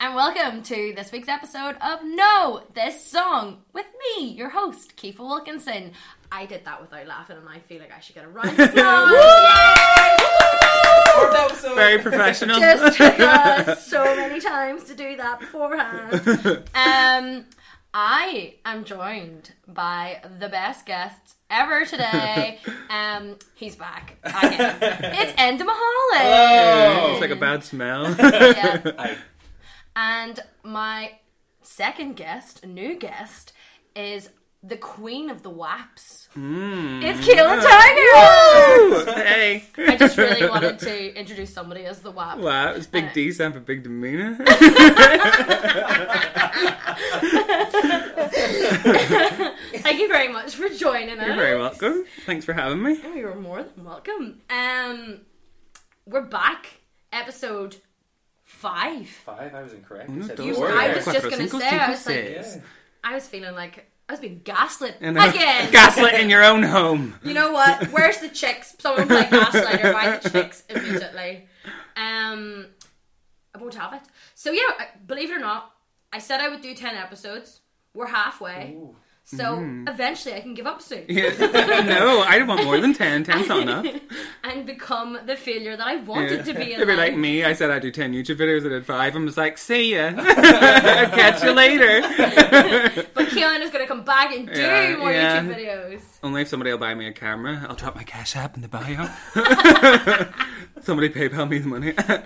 welcome to this week's episode of Know This Song with me, your host, Keefa Wilkinson. I did that without laughing, and I feel like I should get a round of applause. Fourth episode. Very professional. just took us so many times to do that beforehand. Um, I am joined by the best guests ever today. Um, he's back again. It's Enda Mahalik. it's like a bad smell. Yeah. I- And my second guest, new guest, is the queen of the waps. It's Keelan Tiger. Ooh, Mm. hey. I just really wanted to introduce somebody as the wap. Wow, it's Big D stand for Big Demeanor. Thank you very much for joining us. You're very welcome. Thanks for having me. Oh, you're more than welcome. Um, we're back, episode five. Five. I was incorrect. Uno, I said dos, four. I was tres, Yeah. just cuatro, gonna cinco, say, cinco, I was like- seis. I was feeling like I was being gaslit And, uh, again. Gaslit in your own home. you know what? Where's the chicks? Someone play gaslighter. Buy the chicks immediately. Um, I won't have it. So yeah, I- believe it or not, I said I would do ten episodes. We're halfway, Ooh. so eventually I can give up soon. Mm-hmm. Yeah. No, I want more than 10. 10's not enough. and become the failure that I wanted to be in It'd be life. like me. I said I do 10 YouTube videos. I did five. I'm just like, see ya. Catch you later. But Keelan is going to come back and do Yeah, more yeah. YouTube videos. Only if somebody will buy me a camera. I'll drop my cash app in the bio. somebody PayPal me the money.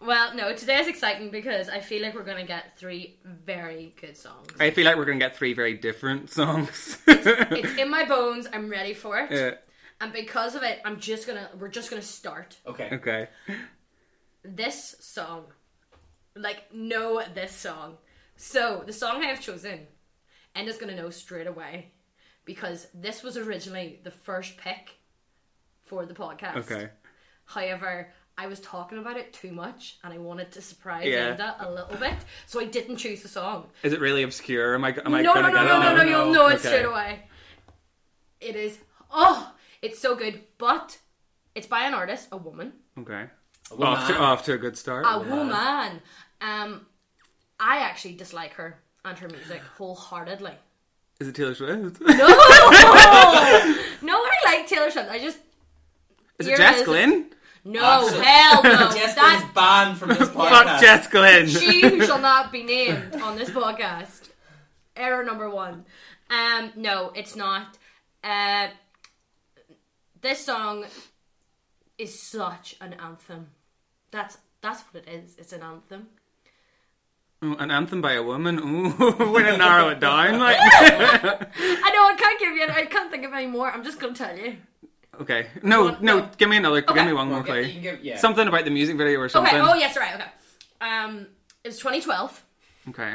Well, no, today is exciting because I feel like we're going to get three very good songs. I feel like we're going to get three very different songs. It's in my bones. I'm ready for it, Yeah, and because of it, I'm just gonna. We're just gonna start Okay. okay. this song. Like, know this song. So the song I have chosen, Enda's gonna know straight away because this was originally the first pick for the podcast. Okay. However, I was talking about it too much and I wanted to surprise Yeah. Enda a little bit, so I didn't choose the song. Is it really obscure? Am I, am I no, no, gonna no, get no, no, it? no, no, you'll no. know it Okay. straight away. It is, oh, it's so good, but it's by an artist, a woman. Okay. Well, Off to, nah. off to a good start. A woman. Um, I actually dislike her and her music wholeheartedly. Is it Taylor Swift? No! no, I like Taylor Swift. I just, Is Here it it Jess is. Glynn? no, Absolute- hell no. Jess That's is banned from this podcast. Fuck Jess Glynn. she who shall not be named on this podcast. Error number one. Um, no, it's not. Uh, this song is such an anthem. That's that's what it is. It's an anthem. Ooh, An anthem by a woman. Ooh, we're gonna narrow it down. Like, I know I can't give you. I can't think of any more. I'm just gonna tell you. okay, no, no, give me another. Okay. Give me one more Okay, you play. can give- yeah. Something about the music video or something. Okay. Oh yes, right. Okay. Um, it was 2012, Okay,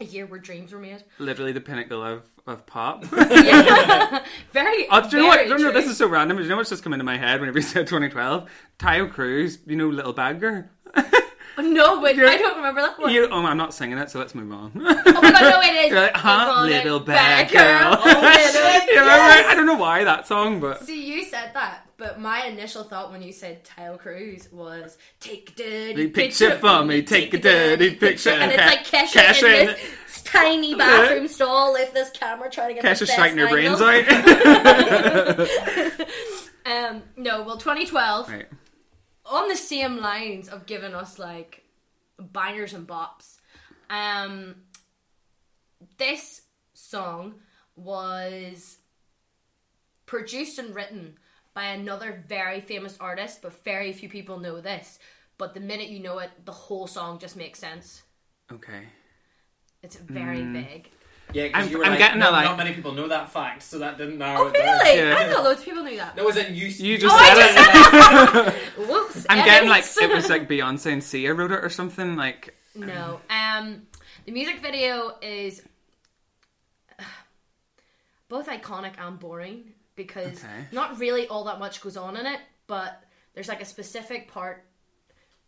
a year where dreams were made. literally the pinnacle of of pop. Yeah. very. Oh, do you know very what? No, no, true. this is so random. Do you know what's just come into my head whenever you said 2012? Tayo Cruz, you know, Little Bagger. No, but I don't remember that one. You, oh, I'm not singing it, so let's move on. Oh my god, no, it is. You're like, huh, Iconic little bad girl. Oh, little- You remember? I don't know why that song, but See, you said that, but my initial thought when you said Tail Cruise was take a dirty The picture for me, take a dirty picture. And it's like Kesha, Kesha in in this tiny bathroom stall with this camera trying to get the Kesha's best shouting her brains angle. out. Um, no, well, 2012, right. on the same lines of giving us like bangers and bops. Um, this song was produced and written by another very famous artist, but very few people know this. But the minute you know it, the whole song just makes sense. Okay. It's very Mm. vague. Yeah, 'cause I'm- you were I'm like, getting no, a, like- Not many people know that fact, so that didn't narrow Oh, it down. really? Yeah. I thought loads of people knew that. No, it was in you. You just I said just it. Whoops. I'm getting like, evidence. it was like Beyonce and Sia wrote it or something. Like, No. Um, the music video is both iconic and boring because Okay. not really all that much goes on in it, but there's like a specific part.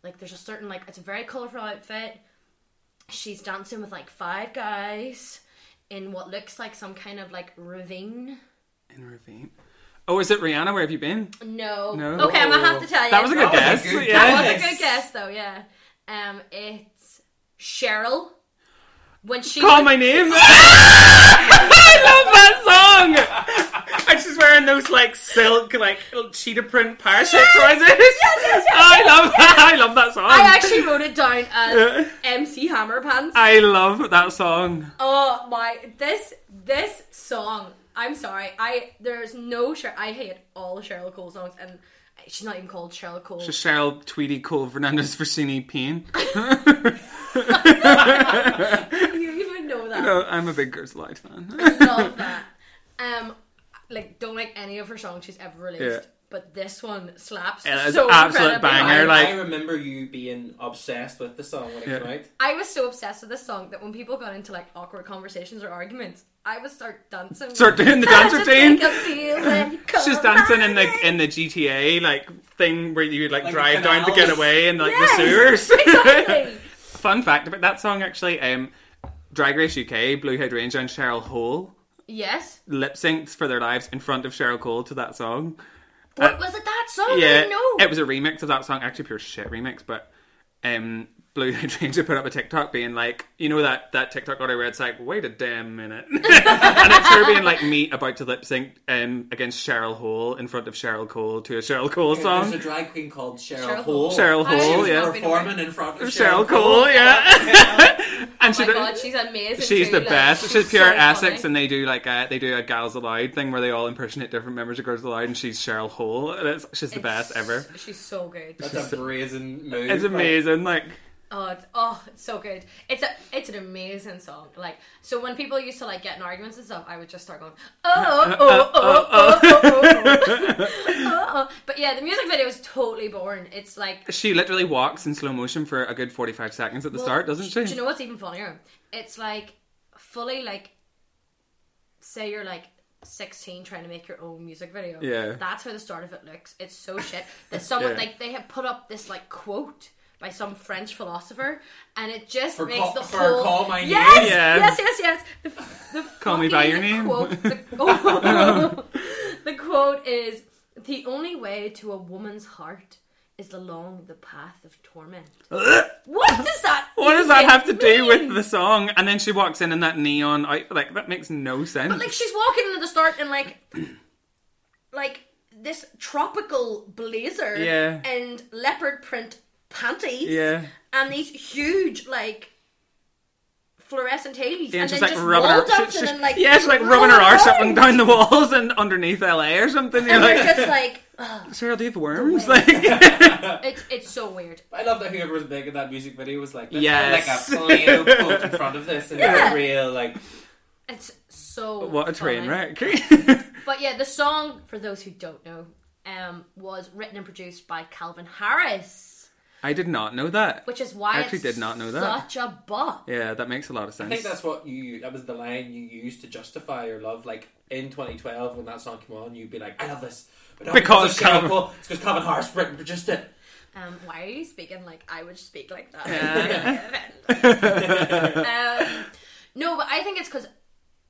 Like there's a certain like it's a very colorful outfit. She's dancing with like five guys in what looks like some kind of like ravine. in a ravine. Oh, is it Rihanna? Where have you been? No. No. Oh, Oh. Okay, I'm gonna have to tell you. That was a good That was a guess. good yeah. That was a Yes. good guess though. Yeah. Um, it's Cheryl. When she Call my name. I love that song. And she's wearing those like silk, like little cheetah print parachute trousers. I love that. I love that song. I actually wrote it down as MC Hammer Pants. I love that song. Oh my! This this song. I'm sorry. I there's no. Cher- I hate all Cheryl Cole songs, and she's not even called Cheryl Cole. To Cheryl Tweedy Cole Fernandez Versini Payne. you even know that? No, I'm a big Girls Aloud fan. Love that. Um, like don't like any of her songs she's ever released, Yeah. but this one slaps. It is so absolute incredibly banger, I, hard. like- I remember you being obsessed with the song when it came Yeah. out. I was so obsessed with this song that when people got into like awkward conversations or arguments, I would start dancing. Start doing the dance routine. She's She's dancing in the in the GTA like thing where you like, Like drive the down to get canals. away and like Yes, the sewers. exactly. Fun fact about that song actually, um, Drag Race UK, Blue Hydrangea and Cheryl Hole yes. lip synced for their lives in front of Cheryl Cole to that song. What was it that song? I Yeah, don't know. it was a remix of that song, actually pure shit remix, but um Blue Hydrangea put up a TikTok being like, you know that that TikTok order where it's like, wait a damn minute, and it's her being like me about to lip sync um against Cheryl Hole in front of Cheryl Cole to a Cheryl Cole There's a song. drag queen called Cheryl, Cheryl Hole. Hole. Cheryl I Hole, was yeah, not- Performing in front of Cheryl Cole, yeah, and she Oh My did- God, she's amazing. She's too, the like, best. She's, pure so Essex, funny. and they do like a, they do a Gals Aloud thing where they all impersonate different members of Girls Aloud, and she's Cheryl Hole, and it's, she's the best It's- ever. She's so good. That's a brazen move. It's amazing. Like Oh, it's, oh, it's so good. It's a, it's an amazing song. Like, so when people used to like get in arguments and stuff, I would just start going, Uh, oh, oh, oh, oh, oh, oh, oh, oh, oh. But yeah, the music video is totally boring. It's like, she literally walks in slow motion for a good forty-five seconds at the start, doesn't she? do you know what's even funnier? It's like fully like, say you're like. 16 trying to make your own music video. Yeah. That's how the start of it looks. It's so shit. That someone Yeah. like they have put up this like quote by some French philosopher and it just For makes call- the for whole call my name. Yes, Yeah. yes, yes, yes. The, the Call me fucking by your name. Quote, the, oh, the quote is the only way to a woman's heart is along the path of torment. what does that? what does that even have to do with mean? the song? And then she walks in in that neon out. Like that makes no sense. But like she's walking into the start and like, like this tropical blazer Yeah. and leopard print panties yeah. and these huge like fluorescent heels Yeah, and she's then like just rubbing her, wall dancing she's- and like yeah, she's like rubbing her arse up and down. down the walls and underneath LA or something. You're And like, they're just like, "Oh ugh, Sarah, do you have worms? way. Like, it's it's so weird. I love that whoever was making that music video was like, Yes. yes. like a flannel coat in front of this and Yeah. a real like It's so What a train funny. wreck. But yeah, the song for those who don't know, um, was written and produced by Calvin Harris, I did not know that. which is why I actually it's did not know that. Such a bop. Yeah, that makes a lot I of sense. think that's what you that was the line you used to justify your love. Like in 2012, when that song came on, you'd be like, "I love this," but not Because it's Cheryl Calvin- Cole, it's because Calvin Harris Britain produced it. Um, why are you speaking like I would speak like that? um, no, but I think it's because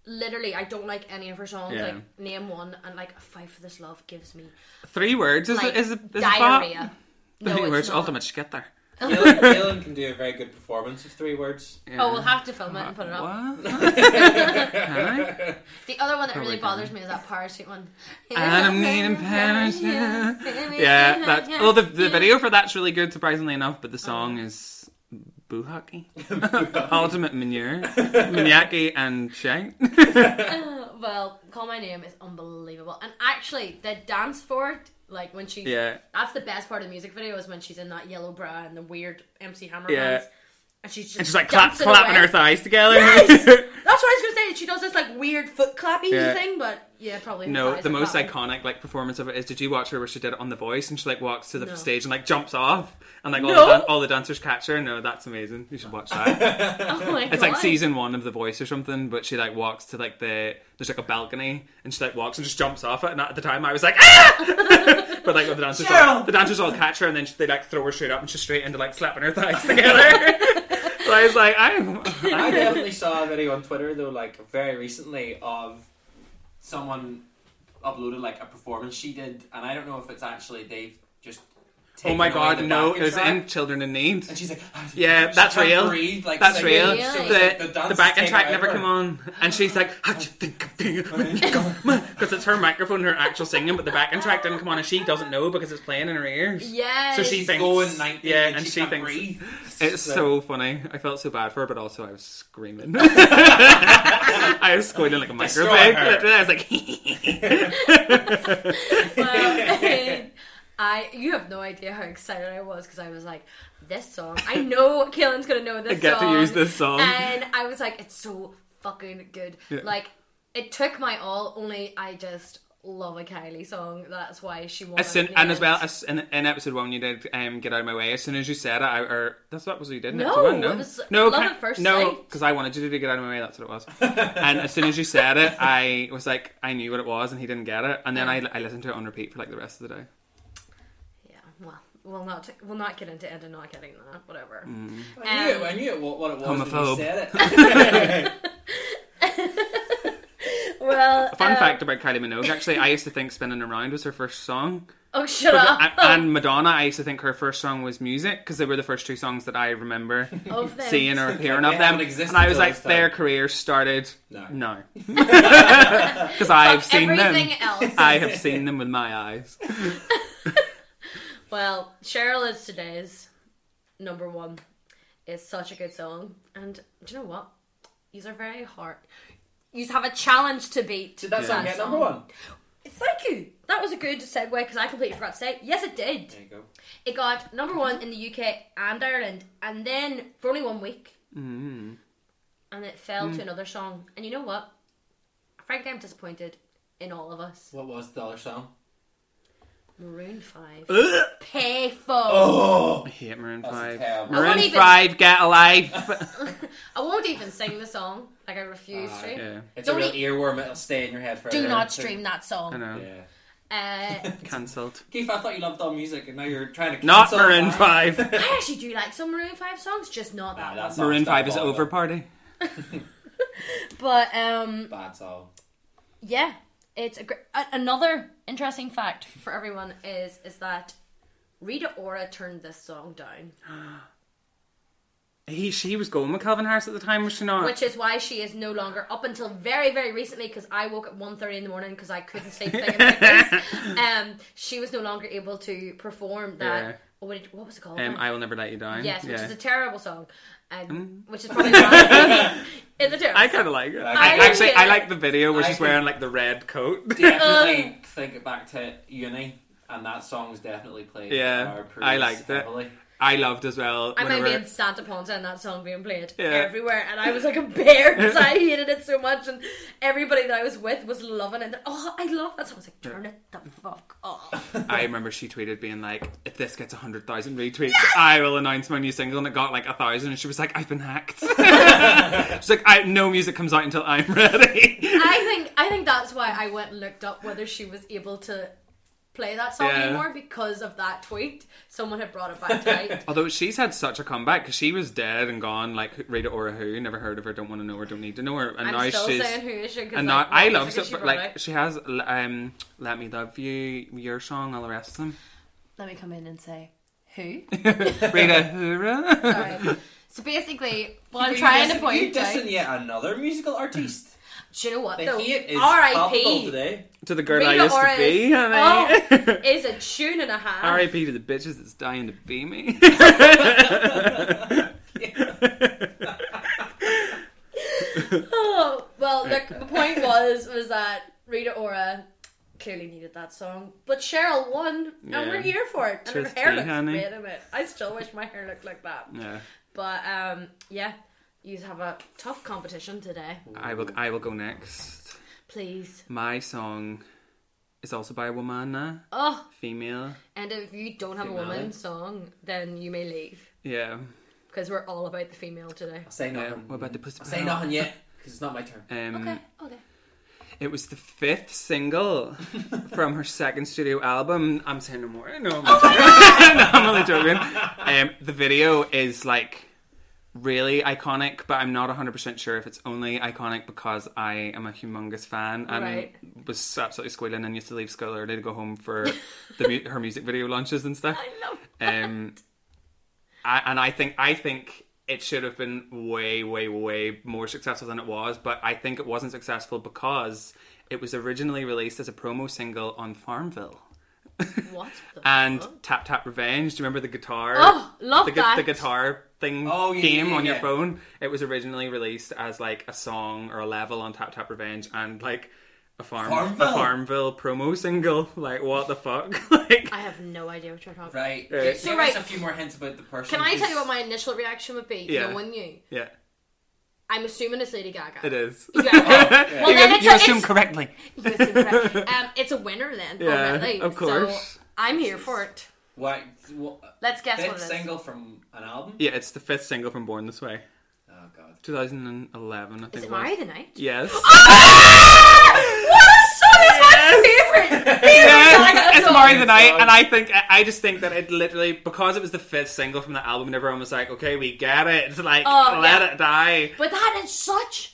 literally I don't like any of her songs. Yeah. Like name one and like fight for this love gives me Three words is, like is, is diarrhea. A bop. Three it's words, not. ultimate skitter. Gillan, Gillan can do a very good performance of three words. Oh, we'll have to film it and put it up. What? Alright. The other one that really God. bothers me is that parachute one. And I'm needing parachute. Yeah, that's, well, the, the video for that's really good, surprisingly enough, but the Uh-huh. song is boo hockey. ultimate manure, maniaki and shite. Well, call my name is unbelievable, and actually the dance for it, like when she's Yeah. that's the best part of the music video is when she's in that yellow bra and the weird MC Hammer Yeah. pants, and she's just And she's like clap, dancing clapping away. her thighs together. Yes! that's what I was gonna say. She does this like weird foot clappy Yeah. thing, but yeah, probably her No, thighs the are most clapping. iconic like performance of it is. Did you watch her where she did it on The Voice and she like walks to the No. stage and like jumps off and like all, No. the, dan- all the dancers catch her? No, that's amazing. You should watch that. Oh my it's God. like season one of The Voice or something. But she like walks to like the there's like a balcony and she like walks and just jumps off it. And at the time I was like ah, but like the dancers all, Cheryl! the dancers all catch her and then she, they like throw her straight up and she's straight into like slapping her thighs together. so I was like I'm. I I'm definitely saw a video on Twitter though, like very recently, of someone uploaded like a performance she did, and I don't know if it's actually they've just Oh my taking away god, the no! It backing was track. in Children in Need. And she's like, "Ah, Yeah, she that's can't real. breathe, like, that's singing, real. Really? so it's The, like the, dance backing is track taken never over. came on, and she's like, "How do you think of being when you come?" Because it's her microphone, her actual singing, but the backing track didn't come on, and she doesn't know because it's playing in her ears. Yes. So she's She's thinks- going 90 yeah, and, and she she can't thinks- breathe. It's like- so funny. I felt so bad for her, but also I was screaming. I was squealing like a Destroy microwave. her. Literally, I was like, Well, I you have no idea how excited I was because I was like, this song. I know Kaelin's gonna know this. I get to song. use this song. and I was like, it's so fucking good. Yeah. Like, it took my all. Only I just love a Kylie song. That's why she won. As soon, in the and as well end. as in, in episode one, you did um, get out of my way. As soon as you said it, I or that's what was you did. in No, episode one, no, it was no, love ca- at first no, sight. because I wanted you to get out of my way. That's what it was. and as soon as you said it, I was like, I knew what it was, and he didn't get it. And then I, I listened to it on repeat for like the rest of the day. yeah, well, we'll not we'll not get into Ed and not getting that. Whatever. Mm. I knew, it, I knew it, what, what it was Homophobe. when you said it. Well, Fun um, fact about Kylie Minogue: actually, I used to think "Spinning Around" was her first song, Oh, shut up. and, and Madonna. I used to think her first song was "Music" because they were the first two songs that I remember Of Oh, them. seeing or hearing They of them. haven't existed And I was till like, this time. their career started No. no, because I've Fuck seen them. everything else. I have seen them with my eyes. Well, Cheryl is today's number one. It's such a good song, and do you know what? These are very hard. You have a challenge to beat. Did that song get that number one? Thank you. That was a good segue because I completely forgot to say. Yes, it did. There you go. It got number one in the UK and Ireland, and then for only one week, Mm. and it fell Mm. to another song. And you know what? Frankly, I'm disappointed in all of us. What was the other song? Maroon Five, Ugh. Payphone. Uh. Oh! I hate Maroon That's Five. terrible. I Maroon won't even- Five, get alive. I won't even sing the song. Like I refuse Ah, to. yeah, It's Don't a real e- earworm, it'll stay in your head forever. Do not stream that I song. know. Yeah. Uh, Cancelled. Keith, I thought you loved all music and now you're trying to Not cancel Maroon that. Five. I actually do like some Maroon Five songs, just not Nah, that that one. song's Maroon not Five is horrible. over party. But um, Bad song. yeah, it's a great. Uh, another interesting fact for everyone is is that Rita Ora turned this song down, He, she was going with Calvin Harris at the time, was she not? which is why she is no longer up until very very recently. Because I woke at 1.30 in the morning because I couldn't sleep. thinking about this. Um, she was no longer able to perform that. Yeah. oh, what, did- what was it called? um, I will never let you down. Yes, which yeah. Mm. is a terrible song, um, which is probably why it's a terrible. I kind of like it. I I, like actually, it. I like the video where I she's think- wearing like the red coat. Um, Definitely think it back to uni and that song was definitely played. Yeah, by our priests I liked it. heavily. I loved as well. I remember whenever- being Santa Ponsa and that song being played Yeah. everywhere, and I was like a bear because I hated it so much, and everybody that I was with was loving it. Oh, I love that song. I was like, turn it the fuck off. I remember she tweeted being like, "If this gets hundred thousand retweets, I will announce my new single." And it got like a thousand, and she was like, "I've been hacked." She's like, I, "No music comes out until I'm ready." I think I think that's why I went and looked up whether she was able to play that song Yeah. anymore because of that tweet. Someone had brought it back to light. Although she's had such a comeback because she was dead and gone, like Rita Ora, who never heard of her, don't want to know her, don't need to know her, and I'm now still she's saying who is she because and like, now I what love music it, has she but brought like out? she has l- um, "Let Me Love You," your song, all the rest of them. let me come in and say who. Rita Ora. Sorry. So basically, what I'm You're trying dissing- to point You out. dissing yet another musical artiste. Do you know what? The Though, heat is palpable R.I.P. today. to the girl I Rita used Ora to be, is- honey. Is a tune and a half. R.I.P. to the bitches that's dying to be me. Oh well, look. The point was was that Rita Ora clearly needed that song, but Cheryl won, Yeah. and we're here for it. And Just her hair me, looks honey. great in it. I still wish my hair looked like that. yeah. But um, yeah, you have a tough competition today. I will. I will go next. Please. My song is also by a woman, uh, Oh, female. and if you don't have a Female. woman's song, then you may leave Yeah. because we're all about the female today. I'll say yeah. nothing. Um, What about the pussy? I'll say nothing yet because it's not my turn. Um, Okay. Okay. It was the fifth single from her second studio album. I'm saying no more. No, I'm, only joking. no, I'm only joking. Um, the video is like really iconic, but I'm not 100% sure if it's only iconic because I am a humongous fan and Right. was absolutely squealing and used to leave school early to go home for the mu- her music video launches and stuff. I love Um, I, and I think I think it should have been way, way, way more successful than it was. But I think it wasn't successful because it was originally released as a promo single on Farmville What? The and Oh. fuck? Tap Tap Revenge. Do you remember the guitar? Oh, love the, gu- that. the guitar thing Oh, yeah, game yeah, on your yeah. phone. It was originally released as like a song or a level on Tap Tap Revenge and like a farm Farmville. a Farmville promo single. Like what the fuck? like I have no idea what you're talking about. Right. Uh, Give, So, give right. us a few more hints about the person. Can I tell you what who's- my initial reaction would be? Yeah. No one knew. yeah, I'm assuming it's Lady Gaga. it is. Yeah. well, Yeah. you then it's, you a, assume it's, correctly. you assume correct. Um, it's a winner then. Yeah, already. of course. So I'm here for it. Why? What, Let's guess fifth what it is. single from an album? Yeah, it's the fifth single from Born This Way, Oh god. 2011. I think. Is it was. Mario the Night? Yes. What a song! It's my favorite. Favorite Gaga Yeah, it's song. Mario the Night, song. and I think I- I just think that it literally because it was the fifth single from the album, and everyone was like, "Okay, we get it." It's like Oh, let yeah. it die. But that is such.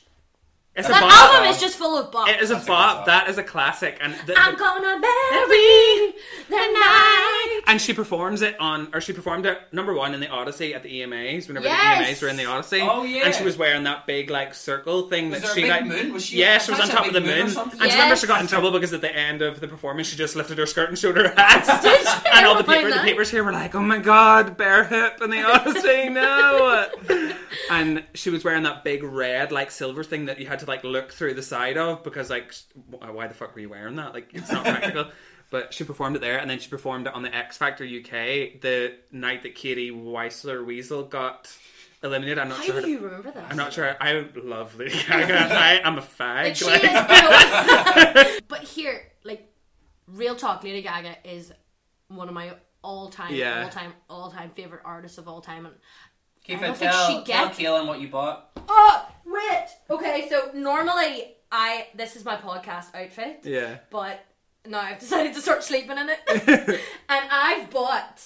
It's a That bop. album is just full of bops. it is a That's a good bop. song. that is a classic, and the, I'm the- gonna bury the night. and she performs it on, or she performed it number one in the Odyssey at the EMAs. Whenever Yes. the EMAs were in the Odyssey, Oh, yeah. and she was wearing that big like circle thing Was that there a she big like moon? Was she- yeah, I she thought was on she top had of a the big moon moon. or and something. do you remember Yes. she got in trouble because at the end of the performance she just lifted her skirt and showed her ass. Did she? and all the Never mind paper, the that. papers here were like, "Oh my god, bare hip," and they all say no. and she was wearing that big red, like silver thing that you had to like look through the side of because, like, sh- wh- why the fuck were you wearing that? Like, it's not practical. But she performed it there, and then she performed it on the X Factor UK the night that Katie Weisler Weasel got eliminated. I'm not How sure. do you remember that? I'm not sure. I love Lady Gaga. I am a fag. Like she like- is, no. but here, like, real talk, Lady Gaga is one of my all time, Yeah. all time, all time favorite artists of all time. And Keep I don't it. think Tell, she tell gets- Kaelin what you bought. oh, Rich. Okay, so normally I this is my podcast outfit, yeah. but now I've decided to start sleeping in it, and I've bought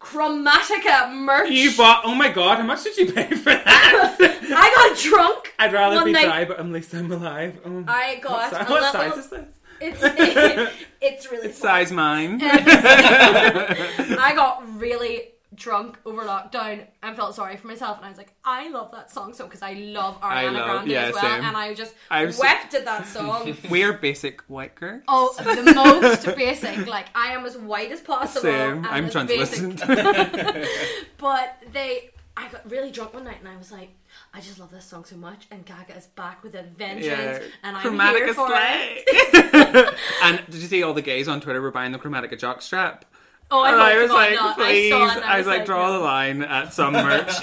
Chromatica merch. You bought. Oh my god! How much did you pay for that? I got drunk. I'd rather one be night. dry, but at least I'm alive. Oh. I got what, si- a what little. size is this? It's it's really small. Size mine. I got really drunk over lockdown and felt sorry for myself, and I was like, I love that song so because I love Ariana I love- Grande yeah, as well, same. and I just I was- wept at that song. We're basic white girl. oh, the most basic. Like I am as white as possible. Same. and I'm as translucent. basic. But they, I got really drunk one night, and I was like. I just love this song so much, and Gaga is back with a vengeance, and I'm here Chromatica for it. slay. and did you see all the gays on Twitter were buying the Chromatica jockstrap? Oh, I, and hope I to was God like, not. please. I, saw it and I, was like, draw no. the line at some merch.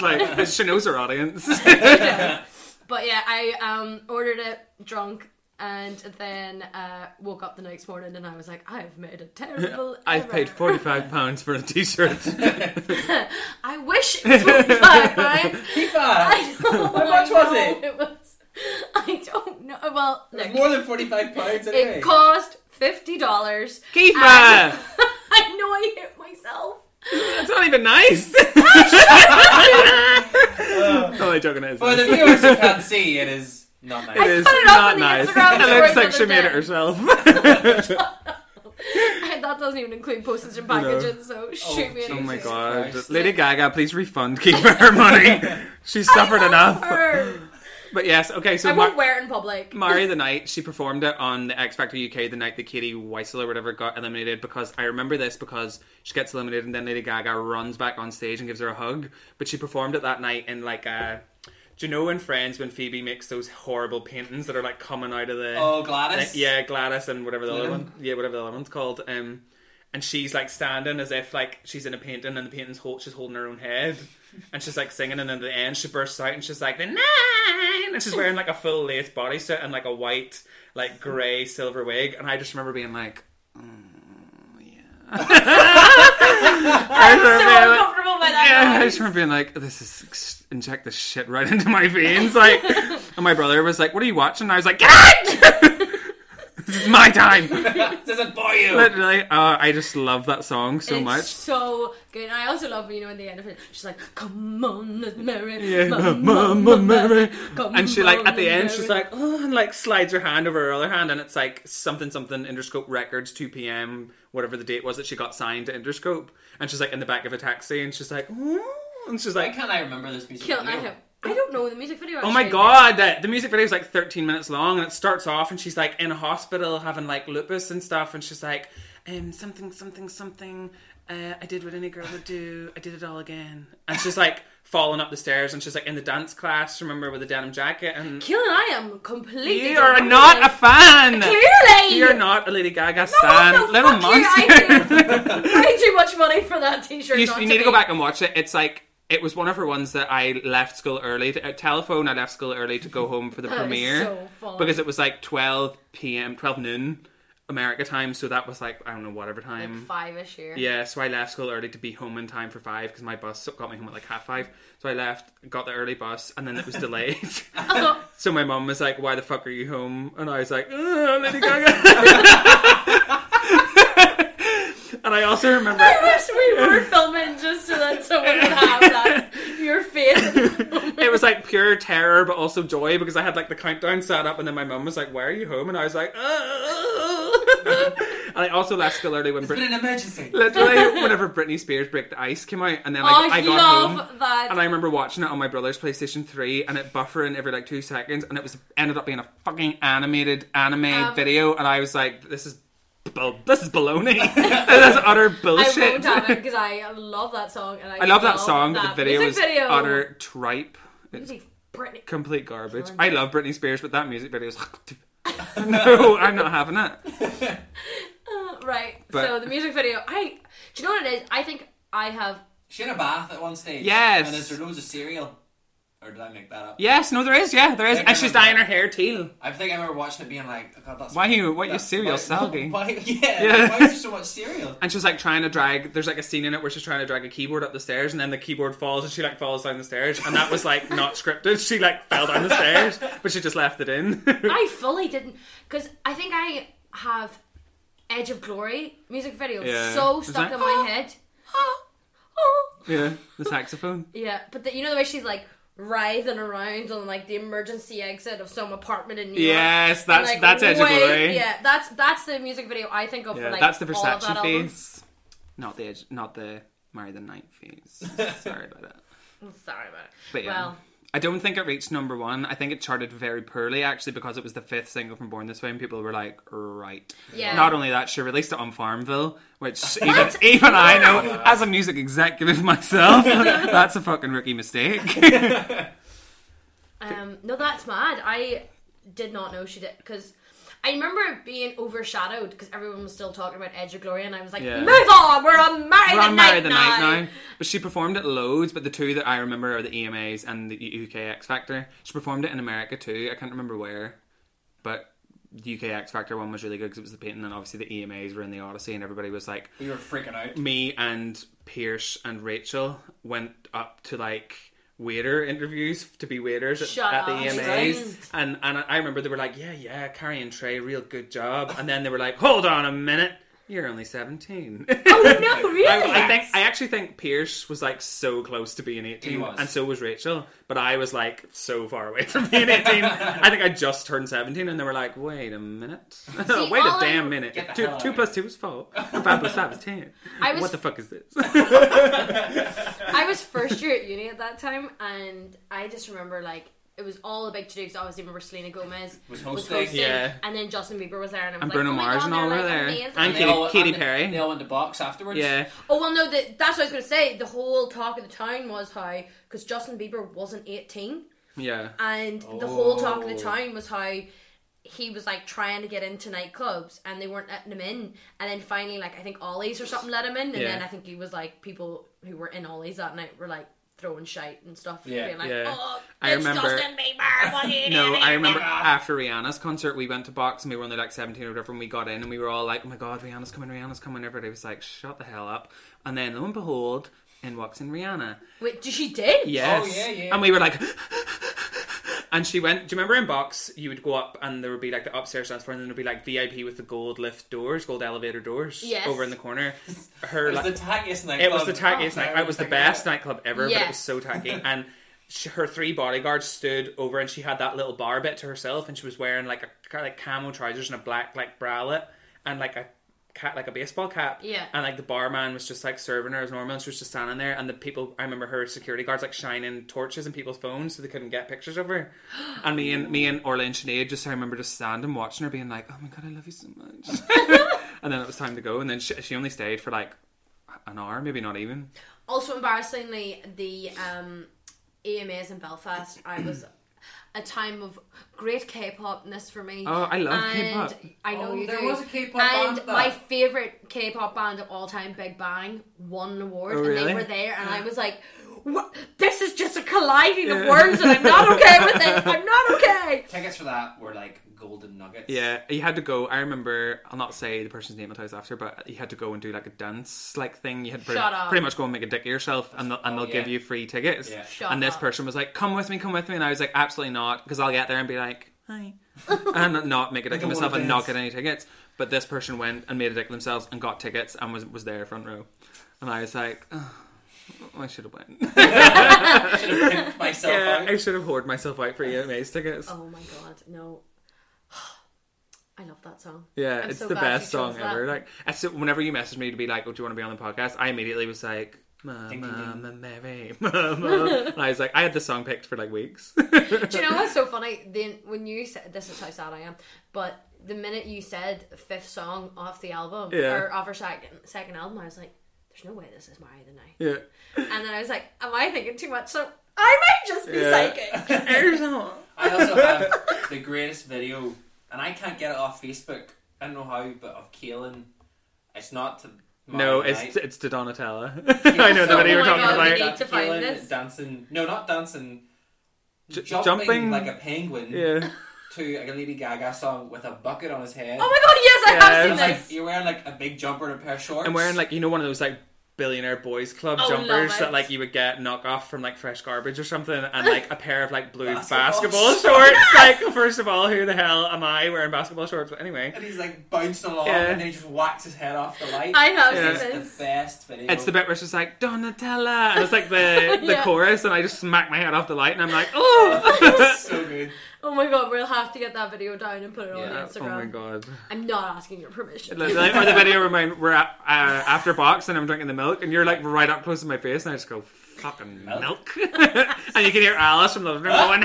Like, she knows her audience. But yeah, I um, ordered it drunk and then uh, woke up the next morning and I was like, I've made a terrible. I've paid error. forty-five pounds for a T-shirt. I wish it was forty-five pounds. Keep I that. know, How much I was know it? was- I don't know. Well, It's look, more than forty-five pounds anyway. it cost fifty dollars. Kiefer! I know I hit myself. That's not even nice. oh, I'm joking. It is For the nice. viewers who can't see, it is not nice. It is put it up not on the nice. Instagram It story looks the like other she made day. it herself. Oh And that doesn't even include postage and packaging. So shoot me. in oh the my face. god. Christ. Lady Gaga, please refund Kiefer her money. She I suffered love enough. her. But yes, okay, so I Mar- won't wear it in public. Mari the night she performed it on the X Factor UK the night that Katie Weisel or whatever got eliminated because I remember this because she gets eliminated and then Lady Gaga runs back on stage and gives her a hug. But she performed it that night in like a. Do you know in Friends when Phoebe makes those horrible paintings that are like coming out of the Oh, Gladys. yeah, Gladys and whatever the other Glidden? one. Yeah, whatever the other one's called. Um, and she's like standing as if like she's in a painting, and the painting's hold, she's holding her own head, and she's like singing, and then at the end she bursts out and she's like the nine, and she's wearing like a full lace bodysuit and like a white, like grey silver wig, and I just remember being like. "Mm, I'm so uncomfortable by that. yeah, I noise. just remember being like, "This is inject this shit right into my veins." Like, and my brother was like, "What are you watching?" And I was like, "Get out!" This is my time. This isn't for you. Literally, uh, I just love that song so it's much. so good. And I also love, you know, in the end of it, she's like, "Come on, Miss Mary, Yeah, Ma- Mama, Ma- Ma- Mary. come And she like at the on, end, she's Mary." like, oh, and like slides her hand over her other hand, and it's like something something Interscope Records, two p.m. whatever the date was that she got signed to Interscope, and she's like in the back of a taxi, and she's like, oh, and she's Why like, can't I remember this music Kill- I, video? have, I don't know the music video. oh my actually. god, that the music video is like thirteen minutes long, and it starts off, and she's like in a hospital having like lupus and stuff, and she's like, um, something something something. Uh, I did what any girl would do. I did it all again, and she's like falling up the stairs, and she's like in the dance class. Remember with the denim jacket and. Kill and I am completely. You are delighted. not a fan. Clearly, You're not a Lady Gaga I'm stan. no Little fuck you, I monster. Way too much money for that T-shirt. you, not you need be. to go back and watch it. It's like it was one of her ones that I left school early to uh, telephone. I left school early to go home for the That is premiere so fun. because it was like 12 p.m., 12 noon America time. So that was like I don't know whatever time. Like five-ish here. Yeah, so I left school early to be home in time for five because my bus got me home at like half five. So I left, got the early bus, and then it was delayed. Also, so my mom was like, "Why the fuck are you home?" And I was like, "Ugh, "Lady Gaga." and I also remember. I wish we were filming just so that someone would have that your face. It was like pure terror, but also joy because I had like the countdown set up, and then my mum was like, "Why are you home?" And I was like, "Ugh." "And I also left school early when It's Brit- been an emergency. literally whenever Britney Spears' "Break the Ice" came out, and then like, Oh, I, I got love home. that. And I remember watching it on my brother's PlayStation 3 and it buffering every like two seconds and it was ended up being a fucking animated anime Um, video and I was like, this is bal- this is baloney. this is utter I bullshit. won't have it because I love that song and I, Oh, I love that song, but that the video is music video. utter tripe. It's Music, Britney. complete garbage. Sure. I love Britney Spears, but that music video is No, I'm not having it. Uh, Right. But- so the music video, I do you know what it is? I think I have. She had a bath at one stage. Yes. And there's loads of cereal. Or did I make that up? Yes, no, there is, yeah, there is. I And she's remember. dyeing her hair teal. I think I remember watching it being like, oh God, that's Why you what you that's- serial salty? Why, yeah, Yeah. Why is there so much cereal? And she's like trying to drag. There's like a scene in it where she's trying to drag a keyboard up the stairs, and then the keyboard falls, and she like falls down the stairs. And that was like not scripted. She like fell down the stairs, but she just left it in. I fully didn't because I think I have Edge of Glory music video Yeah. "Ah, so Is stuck that- in my head. Oh, yeah, the saxophone. Yeah, but the, you know the way she's like writhing around on like the emergency exit of some apartment in New York. Yes, And, that's like, that's Edge of way- Glory. Yeah, Yeah, that's that's the music video I think of. for, like, that's the all of Versace that album. phase, not the edge, not the Marry the Night phase. Sorry about that. Sorry about it. But yeah. Well, I don't think it reached number one. I think it charted very poorly, actually, because it was the fifth single from Born This Way, and people were like, right. Yeah. Not only that, she released it on Farmville, which even, What? even I know, as a music executive myself, that's a fucking rookie mistake. um, no, that's mad. I did not know she did because. I remember it being overshadowed because everyone was still talking about Edge of Glory, and I was like, Yeah. "Move on, we're on Marry We're the on Night Marry the Night now." now. But she performed it loads, but the two that I remember are the EMAs and the UK X Factor. She performed it in America too. I can't remember where, but the UK X Factor one was really good because it was the Peyton, and obviously the EMAs were in the Odyssey, and everybody was like, We were freaking out. me and Pierce and Rachel went up to like waiter interviews to be waiters at, Shut at the up. EMAs, Jesus. and and I remember they were like, yeah, yeah, Carrie and Trey, real good job, and then they were like, hold on a minute, you're only seventeen. Oh no, really? I, I think I actually think Pierce was like so close to being He eighteen, was. and so was Rachel. But I was like so far away from being eighteen. I think I just turned seventeen, and they were like, "Wait a minute, wait a all I- damn minute. Get the Two, hell out two of plus two is four, and five plus five is ten. I was- what the fuck is this? I was first year at uni at that time, and I just remember like it was all a big to do because obviously remember Selena Gomez Was was hosting. hosting, Yeah. and then Justin Bieber was there, and, I was And like, Bruno oh my Mars God, and they're, all were like, there. amazing. And They Katy- all- Katy and they- Perry. They all went to box afterwards. yeah, oh well, no, the, that's what I was going to say. The whole talk of the town was how because Justin Bieber wasn't eighteen, yeah, and the whole talk of the Oh. town was how he was like trying to get into nightclubs and they weren't letting him in and then finally like i think ollie's or something let him in and Yeah. then i think he was like people who were in ollie's that night were like throwing shite and stuff Yeah. being like Yeah. oh I it's remember- justin bieber what are you No, doing I remember here?" after Rihanna's concert, we went to box and we were only like 17 or whatever, and we got in and we were all like, oh my god, Rihanna's coming, Rihanna's coming. Everybody was like, shut the hell up. And then lo and behold, in walks in Rihanna. Wait, she did? Yes. Oh, yeah, yeah. And we were like, And she went. Do you remember in box you would go up and there would be like the upstairs dance floor and then there'd be like VIP with the gold lift doors, gold elevator doors Yes. over in the corner. Her It was like, the Oh, tackiest night. it was the tackiest night. It was the best nightclub ever, but it Yeah. was so tacky. and she, her three bodyguards stood over, and she had that little bar bit to herself, and she was wearing like a kind of like camo trousers and a black like bralette and like a cat like a baseball cap. Yeah. And like the barman was just like serving her as normal, and she was just standing there. And the people, I remember her security guards like shining torches in people's phones so they couldn't get pictures of her. And me and me and Orla and Sinead just I remember just standing watching her, being like, "Oh my god, I love you so much." and then it was time to go, and then she, she only stayed for like an hour, maybe not even. Also, embarrassingly, the um, AMAs in Belfast, I was a time of great K-popness for me. Oh, I love and K-pop. I know Oh, you there do. was a K-pop and band my that- favorite K-pop band of all time, Big Bang, won an award, Oh, and really? they were there, and I was like. "What? This is just a colliding of Yeah. words, and I'm not okay with it. I'm not okay. Tickets for that were like golden nuggets. Yeah, you had to go. I remember. I'll not say the person's name until it's after, but you had to go and do like a dance like thing. You had to pretty, Shut up. pretty much go and make a dick of yourself, and they'll, and Oh, they'll give yeah. you free tickets. Yeah. Shut and this up. person was like, "Come with me, come with me," and I was like, "Absolutely not," because I'll get there and be like, "Hi," and not make a dick of don't myself wanna and not dance. get any tickets. But this person went and made a dick of themselves and got tickets and was was there front row, and I was like, oh, "I should have went. I should have pimped myself yeah, out. I should have hoarded myself out for EMA's tickets." Oh my god, no. I love that song. Yeah, I'm it's so the glad you best song chose that. ever. Like, I s- whenever you messaged me to be like, "Oh, do you want to be on the podcast?" I immediately was like, "Mama, Mary, Mama." and I was like, I had the song picked for like weeks. Do you know what's so funny? Then when you said this is how sad I am, but the minute you said fifth song off the album Yeah. or off her second second album, I was like, "There's no way this is Mari the Night." yeah, And then I was like, "Am I thinking too much?" So I might just be Yeah. psychic. Arizona. I also have the greatest video, and I can't get it off Facebook. I don't know how, but of Kaelin. It's not to. No, Marvin it's Knight. it's to Donatella. I know the Oh video you're my talking God, we about. need to find Kaelin this. Dancing. No, not dancing. J- jumping, jumping- like a penguin Yeah, to a Lady Gaga song with a bucket on his head. oh my god, yes, I have Yeah, seen And, like, this. you're wearing like a big jumper and a pair of shorts. I'm wearing like you know one of those like billionaire boys club Oh, love jumpers it. that like you would get knockoff from like fresh garbage or something, and like a pair of like blue Basketball basketball shorts. shorts. Like, first of all, who the hell am I wearing basketball shorts? But anyway. and he's like bouncing along, Yeah. and then he just whacks his head off the light. I have Yeah. It's seen the this. best video. It's the bit where she's like Donatella, and it's like the the Yeah. chorus, and I just smack my head off the light, and I'm like, oh. It's so good. Oh my god, we'll have to get that video down and put it Yeah. on Oh my Instagram. god! I'm not asking your permission. Like, like, or the video where my, we're at, uh, after box and I'm drinking the milk, and you're like right up close to my face, and I just go fucking milk, Milk. and you can hear Alice from the living room going,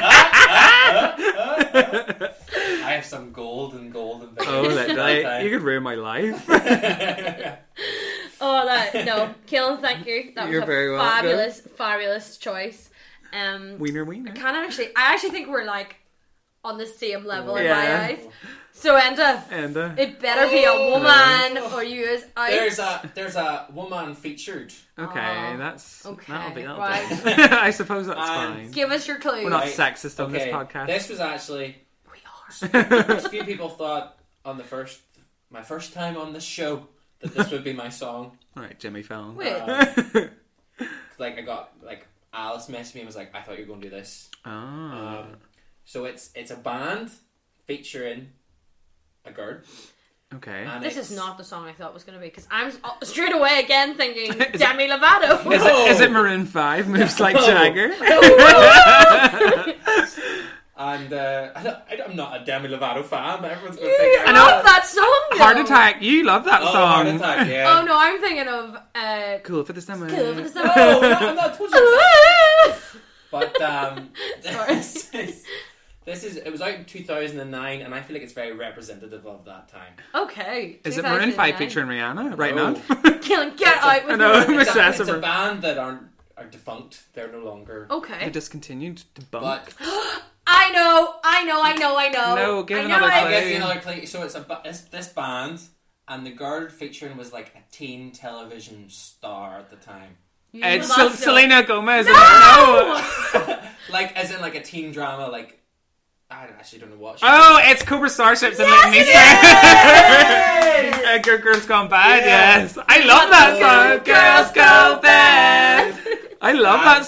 I have some golden, golden videos. "Oh, that Okay. you could ruin my life." Oh that no, Kaelin, thank you. That You're was a very welcome. fabulous, fabulous choice. Um, wiener, wiener. Can I actually? I actually think we're like on the same level in Yeah. my eyes. So Enda, And uh, it better be a Oh. woman or you is out. There's a there's a woman featured. okay, Aw. that's Okay, that'll be that'll right. do. I suppose that's And- fine. Give us your clues. We're not Right. sexist on okay, Um, this podcast. this was actually We are. a few people thought on the first my first time on this show that this would be my song. All right, Jimmy Fallon. Wait. Uh, like I got like Alice messaged me and was like, I thought you were going to do this. Ah. Um, so it's it's a band featuring a girl. okay. And This it's- is not the song I thought it was going to be because I'm s- oh, straight away again thinking Is it- Demi Lovato. Is No. it, is it Maroon 5 moves like Oh! No. Jagger? And uh, I don't, I don't- I'm not a Demi Lovato fan. But everyone's going you to think love I'm a- that song. Though. Heart Attack, you love that Oh, song. heart attack, yeah. Oh no, I'm thinking of. Uh, Cool for the summer. Cool for the summer. Oh, No, I'm not, I'm not touching that. But um, Sorry. this is, this is it was out in 2009, and I feel like it's very representative of that time. okay. Is it Maroon 5 featuring Rihanna right No. now? Killing, get It's a- out with No. me. It's a, it's a Excessive. band that aren't are defunct. They're no longer. they Okay. discontinued to bump. But I know, I know, I know, I know. No, give I another I- I'll give Hey. you another clue. So it's a ba- it's this band, and the girl featuring was like a teen television star at the time. You It's must know. Sel- Selena Gomez. No! No! like as in like a teen drama. Like I don't- actually don't know what. She Oh, it's Cobra Starships and Yes, like it Nisa. Uh, Girl, Girls Gone Bad, Yeah. yes. I love that song. Girls Go Bad. I love that